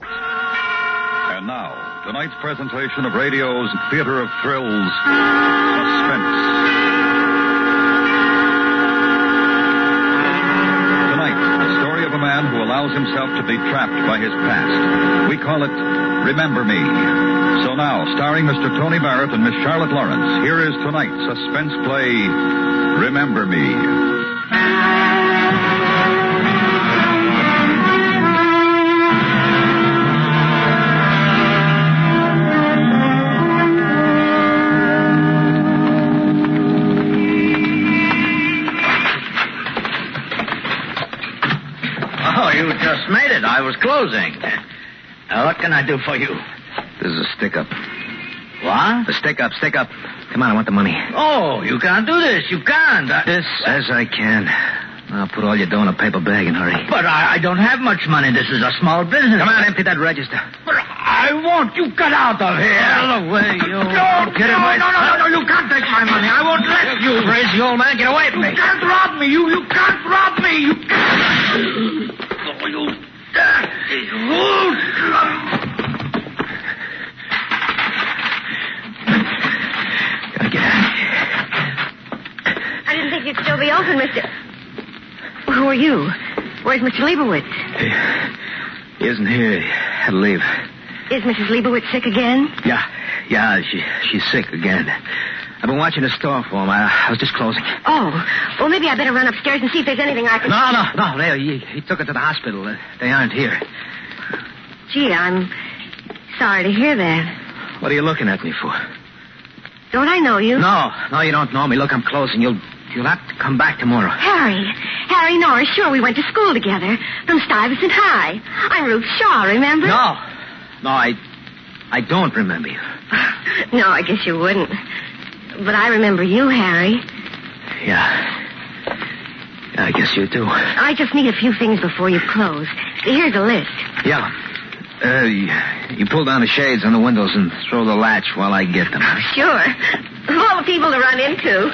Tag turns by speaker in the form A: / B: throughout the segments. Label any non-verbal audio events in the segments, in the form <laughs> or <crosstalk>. A: And now, tonight's presentation of radio's theater of thrills, Suspense. Tonight, the story of a man who allows himself to be trapped by his past. We call it Remember Me. So now, starring Mr. Tony Barrett and Miss Charlotte Lawrence, here is tonight's suspense play, Remember Me.
B: Oh, you just made it. I was closing. Now, what can I do for you?
C: This is a stick up.
B: What?
C: A stick up, stick up. Come on, I want the money.
B: Oh, you can't do this. You can't. I-
C: This as I can. Now put all your dough in a paper bag and hurry.
B: But I, I don't have much money. This is a small business.
C: Come on, empty that register.
B: But I won't. You get out of here.
C: Out of the way, you-
B: Don't no,
C: Get in my-
B: no, no, no, no. You can't take my money. I won't let you.
C: crazy old man, get away
B: You can't rob me. You, you can't rob me. You can't. Oh, you dirty hoodlum.
C: Gotta get out of here.
D: I didn't think you'd still be open, Mr. Who are you? Where's Mr. Leibowitz?
C: He isn't here. He had to leave.
D: Is Mrs. Leibowitz sick again?
C: Yeah, yeah, she, she's sick again. I've been watching the store for him. I, I was just closing.
D: Oh, well, maybe I better run upstairs and see if there's anything I can.
C: No, no, no. They, he, he took her to the hospital. Uh, They aren't here.
D: Gee, I'm sorry to hear that.
C: What are you looking at me for?
D: Don't I know you?
C: No, no, you don't know me. Look, I'm closing. You'll, you'll have to come back tomorrow.
D: Harry, Harry Norris. Sure, we went to school together from Stuyvesant High. I'm Ruth Shaw. Remember?
C: No. No, I I don't remember you.
D: <sighs> no, I guess you wouldn't. But I remember you, Harry.
C: Yeah. Yeah, I guess you do.
D: I just need a few things before you close. Here's a list.
C: Yeah. Uh, you, you pull down the shades on the windows and throw the latch while I get them.
D: Sure. Of all the people to run into.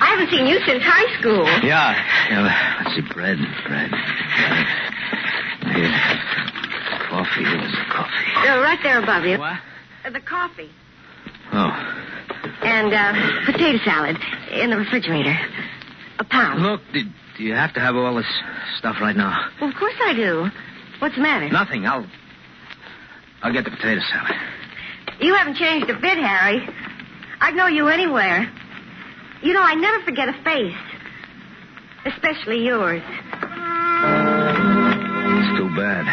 D: I haven't seen you since high school.
C: Yeah. yeah let's see, bread, bread. bread. Here. Coffee. Where's the coffee?
D: Uh, right there above you.
C: What?
D: Uh, the coffee.
C: Oh.
D: And uh, potato salad in the refrigerator. A pound.
C: Look, do, do you have to have all this stuff right now?
D: Well, of course I do. What's the matter?
C: Nothing. I'll. I'll get the potato salad.
D: You haven't changed a bit, Harry. I'd know you anywhere. You know, I never forget a face. Especially yours.
C: It's too bad.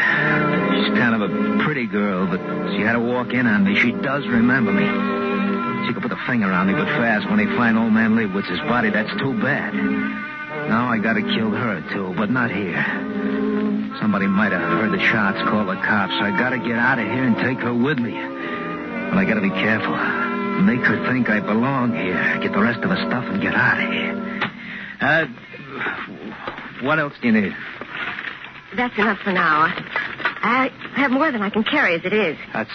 C: She's kind of a pretty girl, but she had to walk in on me. She does remember me. She could put a finger on me, but fast. When they find old man Leibowitz's body, that's too bad. Now I gotta kill her, too, but not here. Somebody might have heard the shots, call the cops. I gotta get out of here and take her with me. But I gotta be careful. Make her think I belong here. Get the rest of her stuff and get out of here. Uh, what else do you need?
D: That's enough for now. I have more than I can carry as it is.
C: That's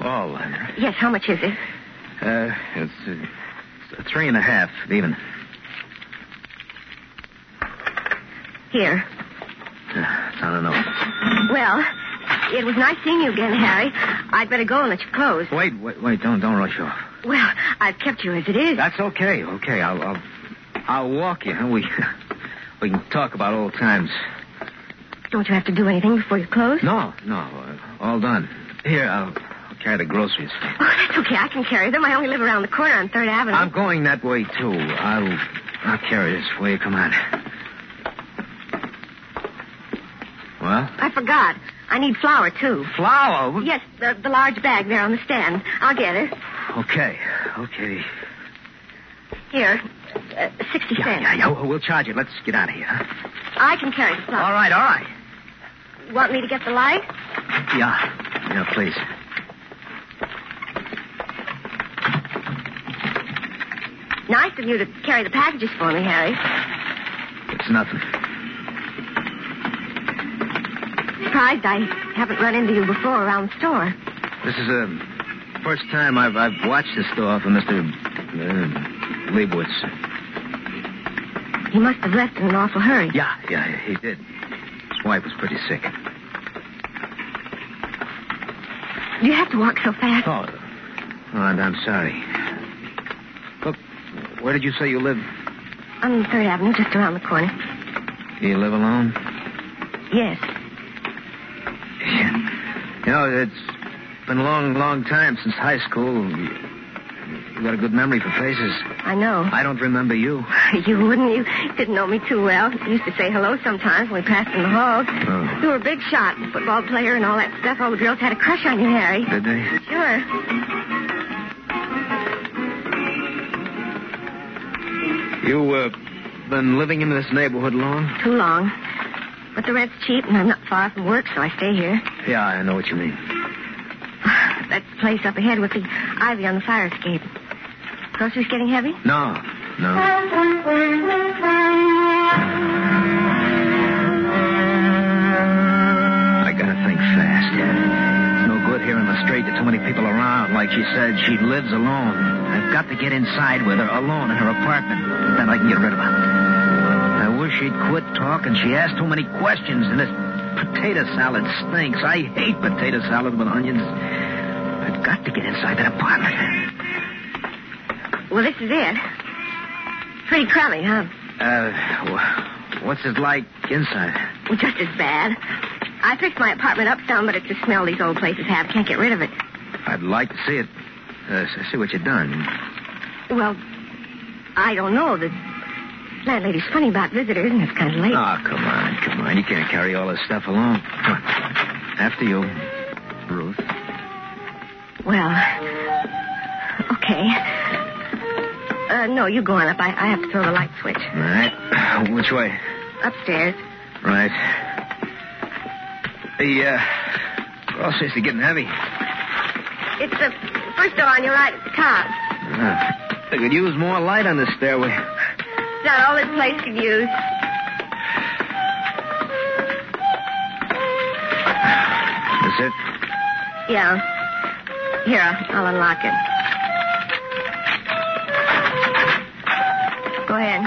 C: all, Henry.
D: Yes, how much is it?
C: Uh, it's, uh, it's three and a half, even. Uh,
D: Here.
C: Uh, I don't know.
D: Well, it was nice seeing you again, Harry. I'd better go and let you close.
C: Wait, wait, wait! Don't, don't rush off.
D: Well, I've kept you as it is.
C: That's okay, okay. I'll, I'll, I'll walk you. huh? We, <laughs> we can talk about old times.
D: Don't you have to do anything before you close?
C: No, no, uh, all done. Here, I'll, I'll carry the groceries.
D: Oh, that's okay. I can carry them. I only live around the corner on Third Avenue.
C: I'm going that way too. I'll, I'll carry this for you. Come on. Well,
D: I forgot. I need flour, too.
C: flour.
D: Yes, the, the large bag there on the stand. I'll get it.
C: Okay, okay.
D: Here, uh,
C: Yeah,
D: 60 cents.
C: yeah, yeah. We'll charge it. Let's get out of here. huh?
D: I can carry the flour.
C: All right, all right.
D: Want me to get the light?
C: Yeah. Yeah, please.
D: Nice of you to carry the packages for me, Harry.
C: It's nothing.
D: Surprised I haven't run into you before around the store.
C: This is the first time I've, I've watched the store for Mr. Uh, Leibowitz.
D: He must have left in an awful hurry.
C: Yeah, yeah, he did. His wife was pretty sick.
D: You have to walk so fast.
C: Oh, oh and I'm sorry. Look, where did you say you live?
D: I'm on 3rd Avenue, just around the corner.
C: Do you live alone?
D: Yes.
C: You know, it's been a long, long time since high school. You, you got a good memory for faces.
D: I know. <laughs>
C: I don't remember you.
D: You wouldn't. You didn't know me too well. You used to say hello sometimes when we passed in the halls.
C: Oh.
D: You were a big shot, football player and all that stuff. All the girls had a crush on you, Harry.
C: Did they?
D: Sure.
C: You, uh, been living in this neighborhood long?
D: Too long. But the rent's cheap and I'm not far from work, so I stay here. <sighs>
C: Yeah, I know what you mean.
D: That place up ahead with the ivy on the fire escape. Groceries getting heavy?
C: No, no. I gotta think fast. It's no good here in the street. There's too many people around. Like she said, she lives alone. I've got to get inside with her, alone in her apartment. Then I can get rid of her. I wish she'd quit talking. She asked too many questions, and this potato salad stinks. I hate potato salad with onions. I've got to get inside that apartment.
D: Well, this is it. Pretty crummy, huh?
C: Uh, wh- what's it like inside?
D: Well, just as bad. I fixed my apartment up some, but it's the smell these old places have. Can't get rid of it.
C: I'd like to see it. Uh, s- see what you've done.
D: Well, I don't know. The landlady's funny about visitors, and it's kind of late.
C: Oh, come on, come on. You can't carry all this stuff alone. Come on. After you, Ruth.
D: Well, okay. Uh, no, you go on up. I, I have to throw the light switch.
C: All right. <clears throat> Which way?
D: Upstairs.
C: Right. The, uh, groceries are getting heavy.
D: It's the first door on your right at the top.
C: Uh, they could use more light on this stairway.
D: It's not all this place could use.
C: That's it.
D: Yeah. Here, I'll unlock it. Go ahead.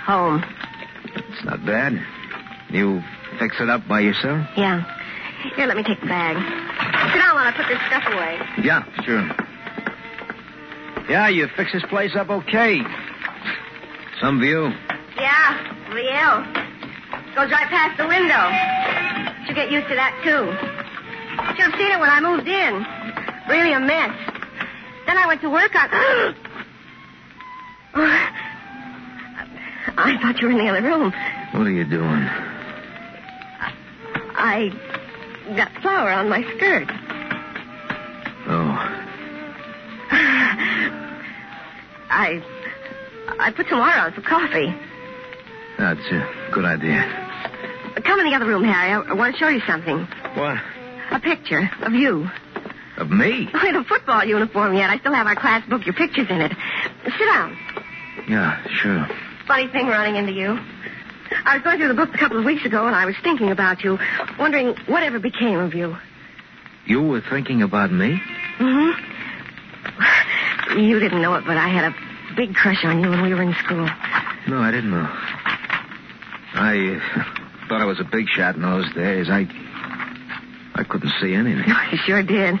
D: <sighs> Home.
C: It's not bad. You fix it up by yourself?
D: Yeah. Here, let me take the bag. Sit down while I put this stuff away.
C: Yeah, sure. Yeah, you fix this place up okay. Some view.
D: Yeah, Riel. Goes right past the window. She'll get used to that, too. She'll have seen it when I moved in. Really a mess. Then I went to work on. <gasps> I thought you were in the other room.
C: What are you doing?
D: I got flour on my skirt. <sighs>
C: Oh,
D: I. I put some water on for coffee.
C: that's a good idea.
D: Come in the other room, Harry. I- I want to show you something.
C: What?
D: A picture of you.
C: Of me?
D: I'm in a football uniform yet. I still have our class book. Your picture's in it. Sit down.
C: Yeah, sure.
D: Funny thing running into you. I was going through the book a couple of weeks ago, and I was thinking about you, wondering whatever became of you.
C: You were thinking about me?
D: Mm-hmm. You didn't know it, but I had a big crush on you when we were in school. <laughs>
C: No, I didn't know. I uh, thought I was a big shot in those days. I I couldn't see
D: <laughs>
C: anything.
D: You sure did.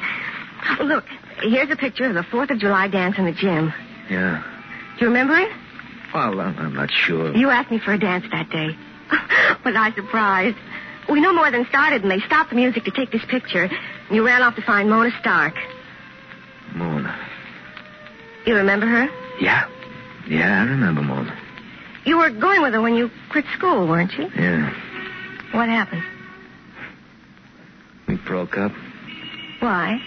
D: Look, here's a picture of the Fourth of July dance in the gym.
C: Yeah.
D: Do you remember it?
C: Well, I'm, I'm not sure.
D: You asked me for a dance that day. <laughs> was I surprised? We no more than started, and they stopped the music to take this picture. You ran off to find Mona Stark.
C: Mona.
D: You remember her?
C: Yeah. Yeah, I remember Mona.
D: You were going with her when you quit school, weren't you?
C: Yeah.
D: What happened?
C: We broke up.
D: Why?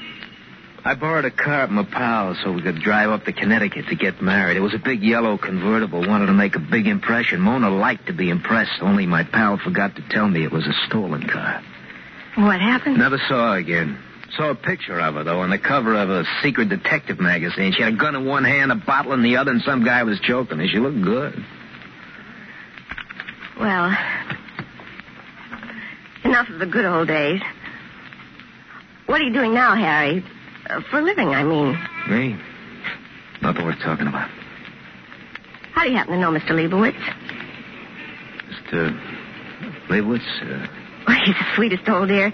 C: I borrowed a car from a pal so we could drive up to Connecticut to get married. It was a big yellow convertible. Wanted to make a big impression. Mona liked to be impressed, only my pal forgot to tell me it was a stolen car.
D: What happened?
C: Never saw her again. Saw a picture of her, though, on the cover of a secret detective magazine. She had a gun in one hand, a bottle in the other, and some guy was choking her. She looked good.
D: Well, enough of the good old days. What are you doing now, Harry? Uh, for a living, I mean.
C: Me? Nothing worth talking about.
D: How do you happen to know Mr. Leibowitz?
C: Mr. Leibowitz, uh,
D: Well, he's the sweetest old dear.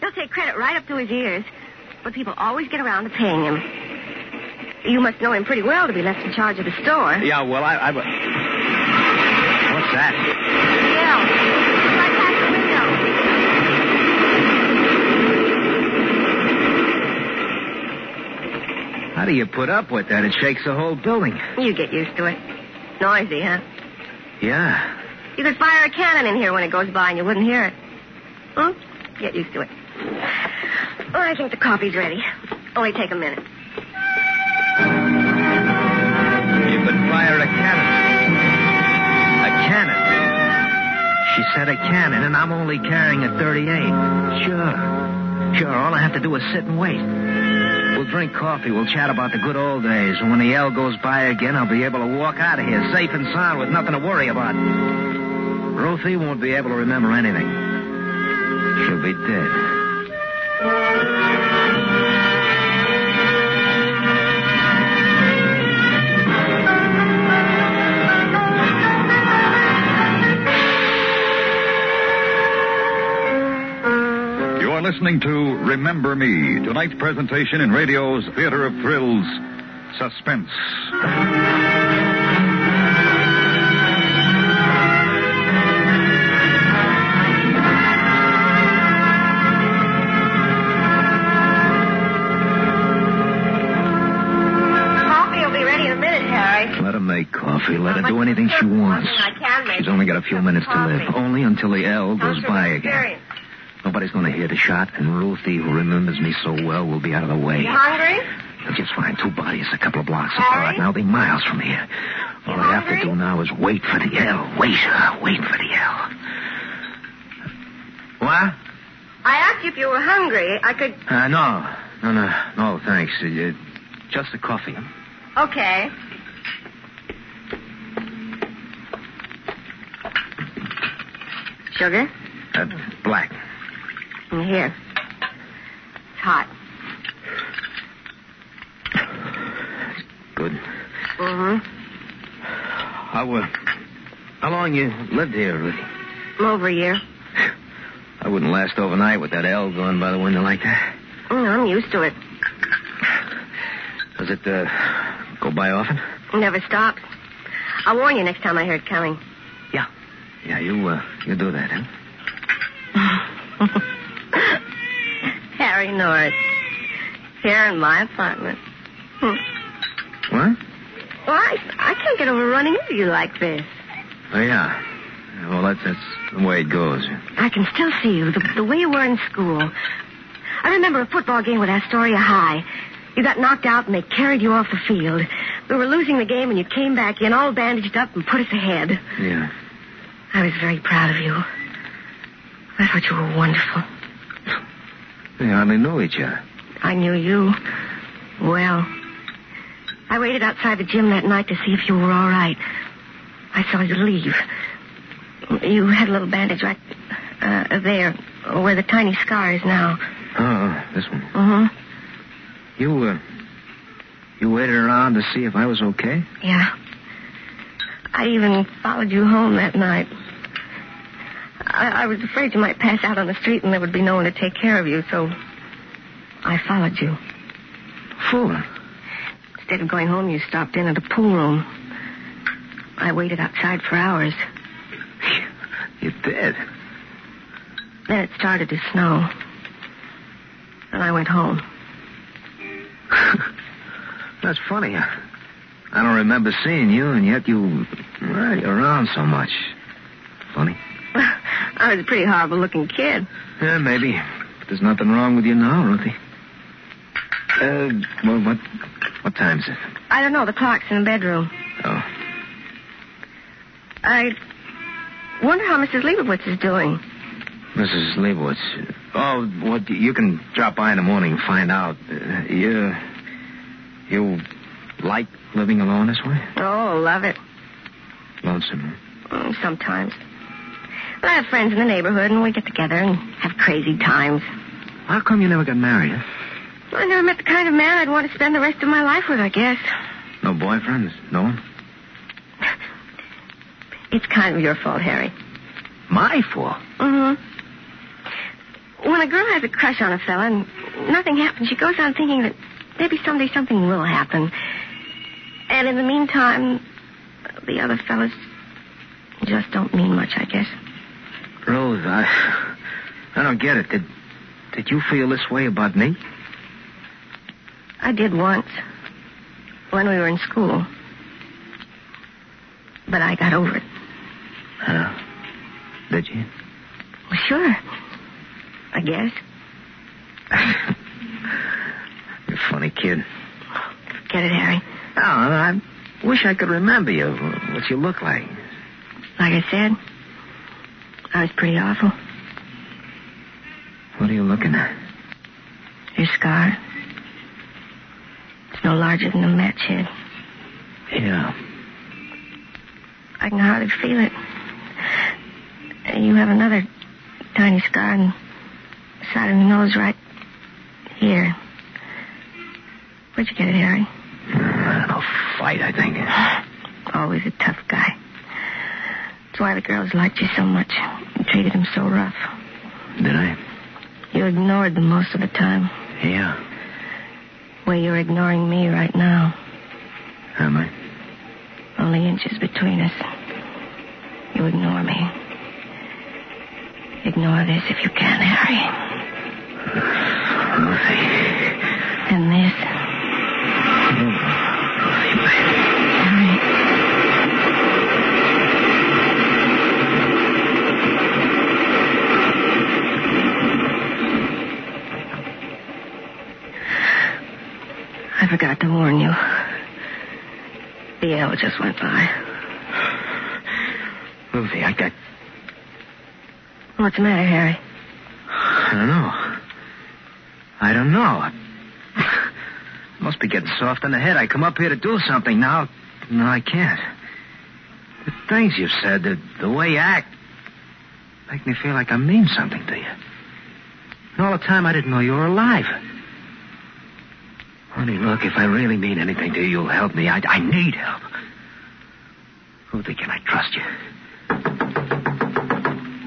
D: He'll take credit right up to his ears, but people always get around to paying him. You must know him pretty well to be left in charge of the store.
C: Yeah, well, I, I. What's that?
D: Yeah. Right past the window.
C: How do you put up with that? It shakes the whole building.
D: You get used to it. Noisy, huh?
C: Yeah.
D: You could fire a cannon in here when it goes by and you wouldn't hear it. Hmm? Get used to it. Well, I think the coffee's ready. Only take a minute.
C: You could fire a cannon. A cannon? She said a cannon, and I'm only carrying a 38. Sure. Sure, all I have to do is sit and wait. We'll drink coffee. We'll chat about the good old days. And when the L goes by again, I'll be able to walk out of here safe and sound with nothing to worry about. Ruthie won't be able to remember anything. She'll be dead.
A: You are listening to Remember Me, tonight's presentation in radio's Theater of Thrills, Suspense.
D: Coffee will be ready in a minute, Harry.
C: Let her make coffee. Let her do anything she wants.
D: I can make
C: She's only got a few minutes to live. Only until the L goes
D: Comes from
C: by again.
D: experience.
C: Nobody's going to hear the shot, and Ruthie, who remembers me so well, will be out of the way.
D: You hungry?
C: They'll just find two bodies a couple of blocks
D: Harry?
C: apart, and I'll be miles from here. All I have to
D: hungry?
C: do now is wait for the L. Wait, uh, wait for the L. What?
D: I asked you if you were hungry. I could.
C: Uh, no. No, no, no, thanks. Uh, uh, just the coffee.
D: Okay. Sugar?
C: Uh, black.
D: Mm, Here. It's hot.
C: Good.
D: Mm-hmm.
C: How, uh, how long you lived here, Ruthie?
D: Over here.
C: I wouldn't last overnight with that L going by the window like that.
D: Mm, I'm used to it.
C: Does it uh, go by often?
D: It never stops. I'll warn you next time I hear it coming.
C: Yeah. Yeah, you uh, you do that, huh?
D: Harry Norris. Here in my apartment. Hmm.
C: What?
D: Well, I, I can't get over running into you like this.
C: Oh yeah. Yeah, Well, that's that's the way it goes.
D: I can still see you, the, the way you were in school. I remember a football game with Astoria High. You got knocked out and they carried you off the field. We were losing the game and you came back in all bandaged up and put us ahead.
C: Yeah.
D: I was very proud of you. I thought you were wonderful.
C: We hardly know each other.
D: I knew you well. I waited outside the gym that night to see if you were all right. I saw you leave. You had a little bandage right uh, there, where the tiny scar is now.
C: Oh, this one.
D: Mm-hmm.
C: You uh, you waited around to see if I was okay.
D: Yeah. I even followed you home that night. I, I was afraid you might pass out on the street and there would be no one to take care of you, so I followed you.
C: Fool.
D: Instead of going home, you stopped in at a pool room. I waited outside for hours. <laughs>
C: You did. <laughs>
D: Then it started to snow. And I went home. <laughs>
C: That's funny. I don't remember seeing you, and yet you well, you're around so much. Funny.
D: I was a pretty horrible looking kid.
C: Yeah, maybe. There's nothing wrong with you now, Ruthie. Uh, well, what, what time is it?
D: I don't know. The clock's in the bedroom.
C: Oh.
D: I wonder how Mrs. Leibowitz is doing.
C: Mrs. Leibowitz. Oh, well, you can drop by in the morning and find out. Uh, you, you like living alone this way?
D: Oh, love it.
C: Lonesome.
D: Mm, Sometimes. Well, I have friends in the neighborhood, and we get together and have crazy times.
C: How come you never got married? eh?
D: I never met the kind of man I'd want to spend the rest of my life with, I guess.
C: No boyfriends? No one?
D: It's kind of your fault, Harry.
C: My fault.
D: Mm-hmm. When a girl has a crush on a fella and nothing happens, she goes on thinking that maybe someday something will happen. And in the meantime, the other fellas just don't mean much, I guess.
C: Rose, I, I don't get it. Did, did you feel this way about me?
D: I did once. When we were in school. But I got over it.
C: Huh? Did you?
D: Well, sure. I guess.
C: <laughs> You're a funny kid.
D: Get it, Harry.
C: Oh, I wish I could remember you, what you look like.
D: Like I said, I was pretty awful.
C: What are you looking at?
D: Your scar. It's no larger than a match head.
C: Yeah.
D: I can hardly feel it. And You have another tiny scar on the side of your nose right here. Where'd you get it, Harry?
C: I don't know, fight, I think.
D: <sighs> Always a tough guy. That's why the girls liked you so much and treated him so rough.
C: Did I?
D: You ignored them most of the time.
C: Yeah.
D: Where you're ignoring me right now.
C: Am I?
D: Only inches between us. You ignore me. Ignore this if you can, Harry.
C: Ruthie.
D: And this. Harry. I forgot to warn you. The L just went by.
C: Ruthie, I got.
D: What's the matter, Harry?
C: I don't know. I don't know. Must be getting soft in the head. I come up here to do something. Now, no, I can't. The things you've said, the, the way you act, make me feel like I mean something to you. And all the time I didn't know you were alive. Honey, look, if I really mean anything to you, you'll help me. I, I need help. Ruthie, can I trust you?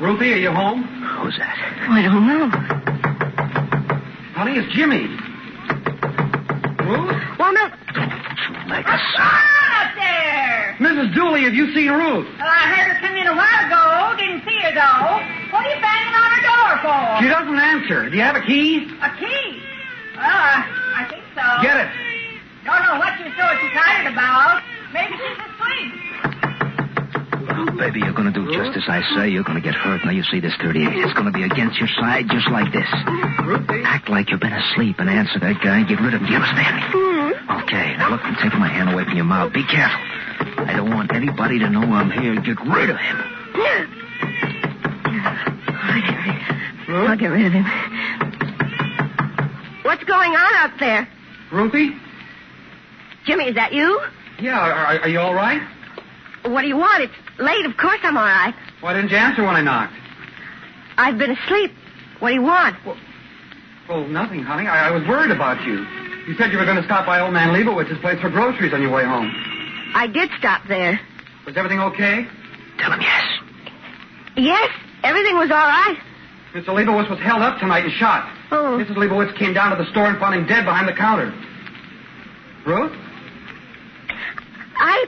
E: Ruthie, are you home?
C: Who's that?
D: Oh, I don't know.
E: Honey, it's Jimmy. Ruth?
D: Well, no.
C: Like a son.
F: Ah, there!
E: Mrs. Dooley, have you seen Ruth?
F: Well, I heard her come in a while ago. Didn't see her, though. What are you banging on her door for?
E: She doesn't answer. Do you have a key?
F: A key? Well, I, I think so.
E: Get it.
F: Don't know what you're so excited about. Maybe she's asleep.
C: Oh, baby, you're going to do just as I say. You're going to get hurt. Now, you see this 38. It's going to be against your side just like this. Act like you've been asleep and answer that guy and get rid of him. Do you understand me?
D: Mm-hmm.
C: Okay, now look, I'm taking my hand away from your mouth. Be careful. I don't want anybody to know I'm here. Get rid of him.
D: I'll get rid of him. What's going on up there?
E: Ruthie?
D: Jimmy, is that you?
E: Yeah, are, are- are you all right?
D: What do you want? It's late. Of course I'm all right.
E: Why didn't you answer when I knocked?
D: I've been asleep. What do you want?
E: Well, nothing, honey. I, I was worried about you. You said you were going to stop by old man Leibowitz's place for groceries on your way home.
D: I did stop there.
E: Was everything okay?
C: Tell him yes.
D: Yes, everything was all right.
E: Mr. Leibowitz was held up tonight and shot.
D: Oh.
E: Mrs. Leibowitz came down to the store and found him dead behind the counter. Ruth,
D: I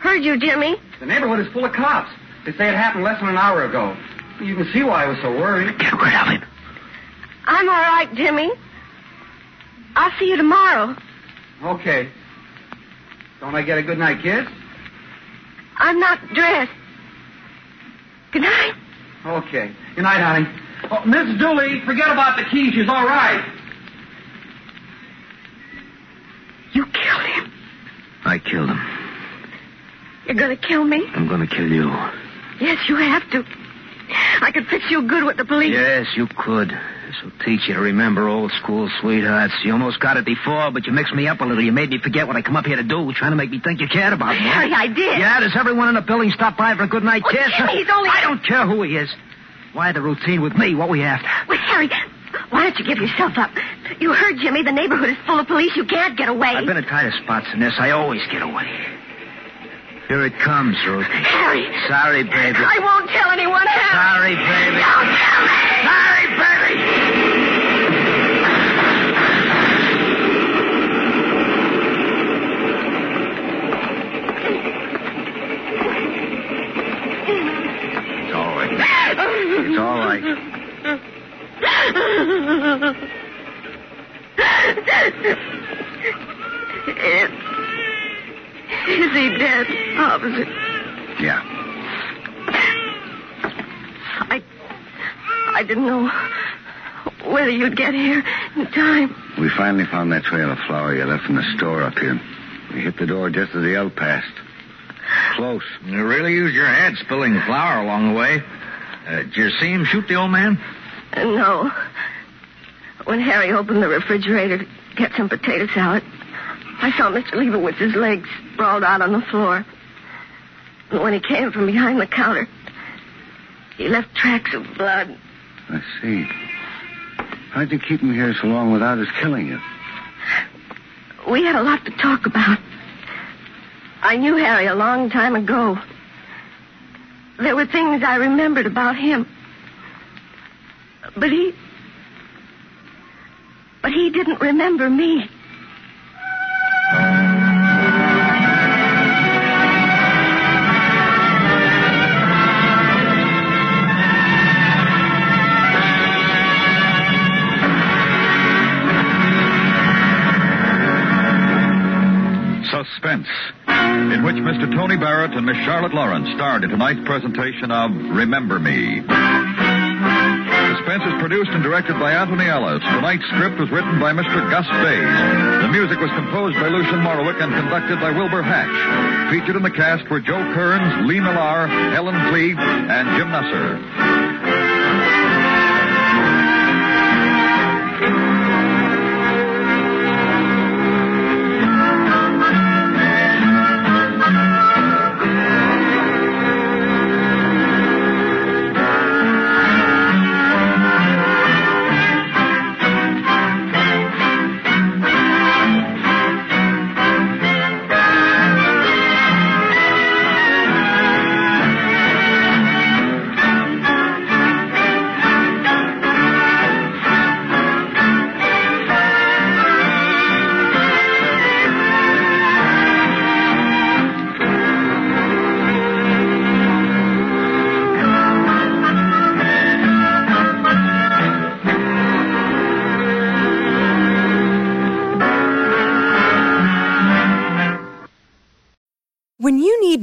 D: heard you, Jimmy.
E: the neighborhood is full of cops. They say it happened less than an hour ago. You can see why I was so worried.
C: Get rid of him.
D: I'm all right, Jimmy. I'll see you tomorrow.
E: Okay. Don't I get a good night kiss?
D: I'm not dressed. Good night.
E: Okay. Good night, honey. Oh, Miss Dooley, forget about the key. She's all right.
D: You're going to kill me?
C: I'm going to kill you.
D: Yes, you have to. I could fix you good with the police. <laughs>
C: Yes, you could. This will teach you to remember old school sweethearts. You almost got it before, but you mixed me up a little. You made me forget what I come up here to do, trying to make me think you cared about me.
D: Harry, I did.
C: Yeah, does everyone in the building stop by for a good night
D: Oh,
C: kiss?
D: Jimmy, he's only-
C: I don't care who he is. Why the routine with me? What we after?
D: Well, Harry, why don't you give yourself up? You heard, Jimmy. The neighborhood is full of police. You can't get away.
C: I've been at tighter spots than this. I always get away. Here it comes, Ruthie.
D: Harry.
C: Sorry, baby.
D: I won't tell anyone, Harry.
C: Sorry, baby.
D: Don't tell me.
C: Sorry, baby. It's all right. It's all right.
D: Is, is he dead, officer?
C: Yeah.
D: I, I didn't know whether you'd get here in time.
A: We finally found that trail of flour you left in the store up here. We hit the door just as the elk passed. Close.
C: You really used your head spilling flour along the way. Uh, did you see him shoot the old man?
D: Uh, No. When Harry opened the refrigerator to get some potato salad, I saw Mr. Leibowitz's legs sprawled out on the floor. And when he came from behind the counter, he left tracks of blood.
A: I see. How'd you keep him here so long without his killing you?
D: We had a lot to talk about. I knew Harry a long time ago. There were things I remembered about him. But he. But he didn't remember me.
A: Suspense, in which Mr. Tony Barrett and Miss Charlotte Lawrence starred in tonight's presentation of Remember Me. Suspense is produced and directed by Anthony Ellis. Tonight's script was written by Mr. Gus Bays. The music was composed by Lucian Morowick and conducted by Wilbur Hatch. Featured in the cast were Joe Kearns, Lee Millar, Helen Cleve, and Jim Nusser.
G: When you need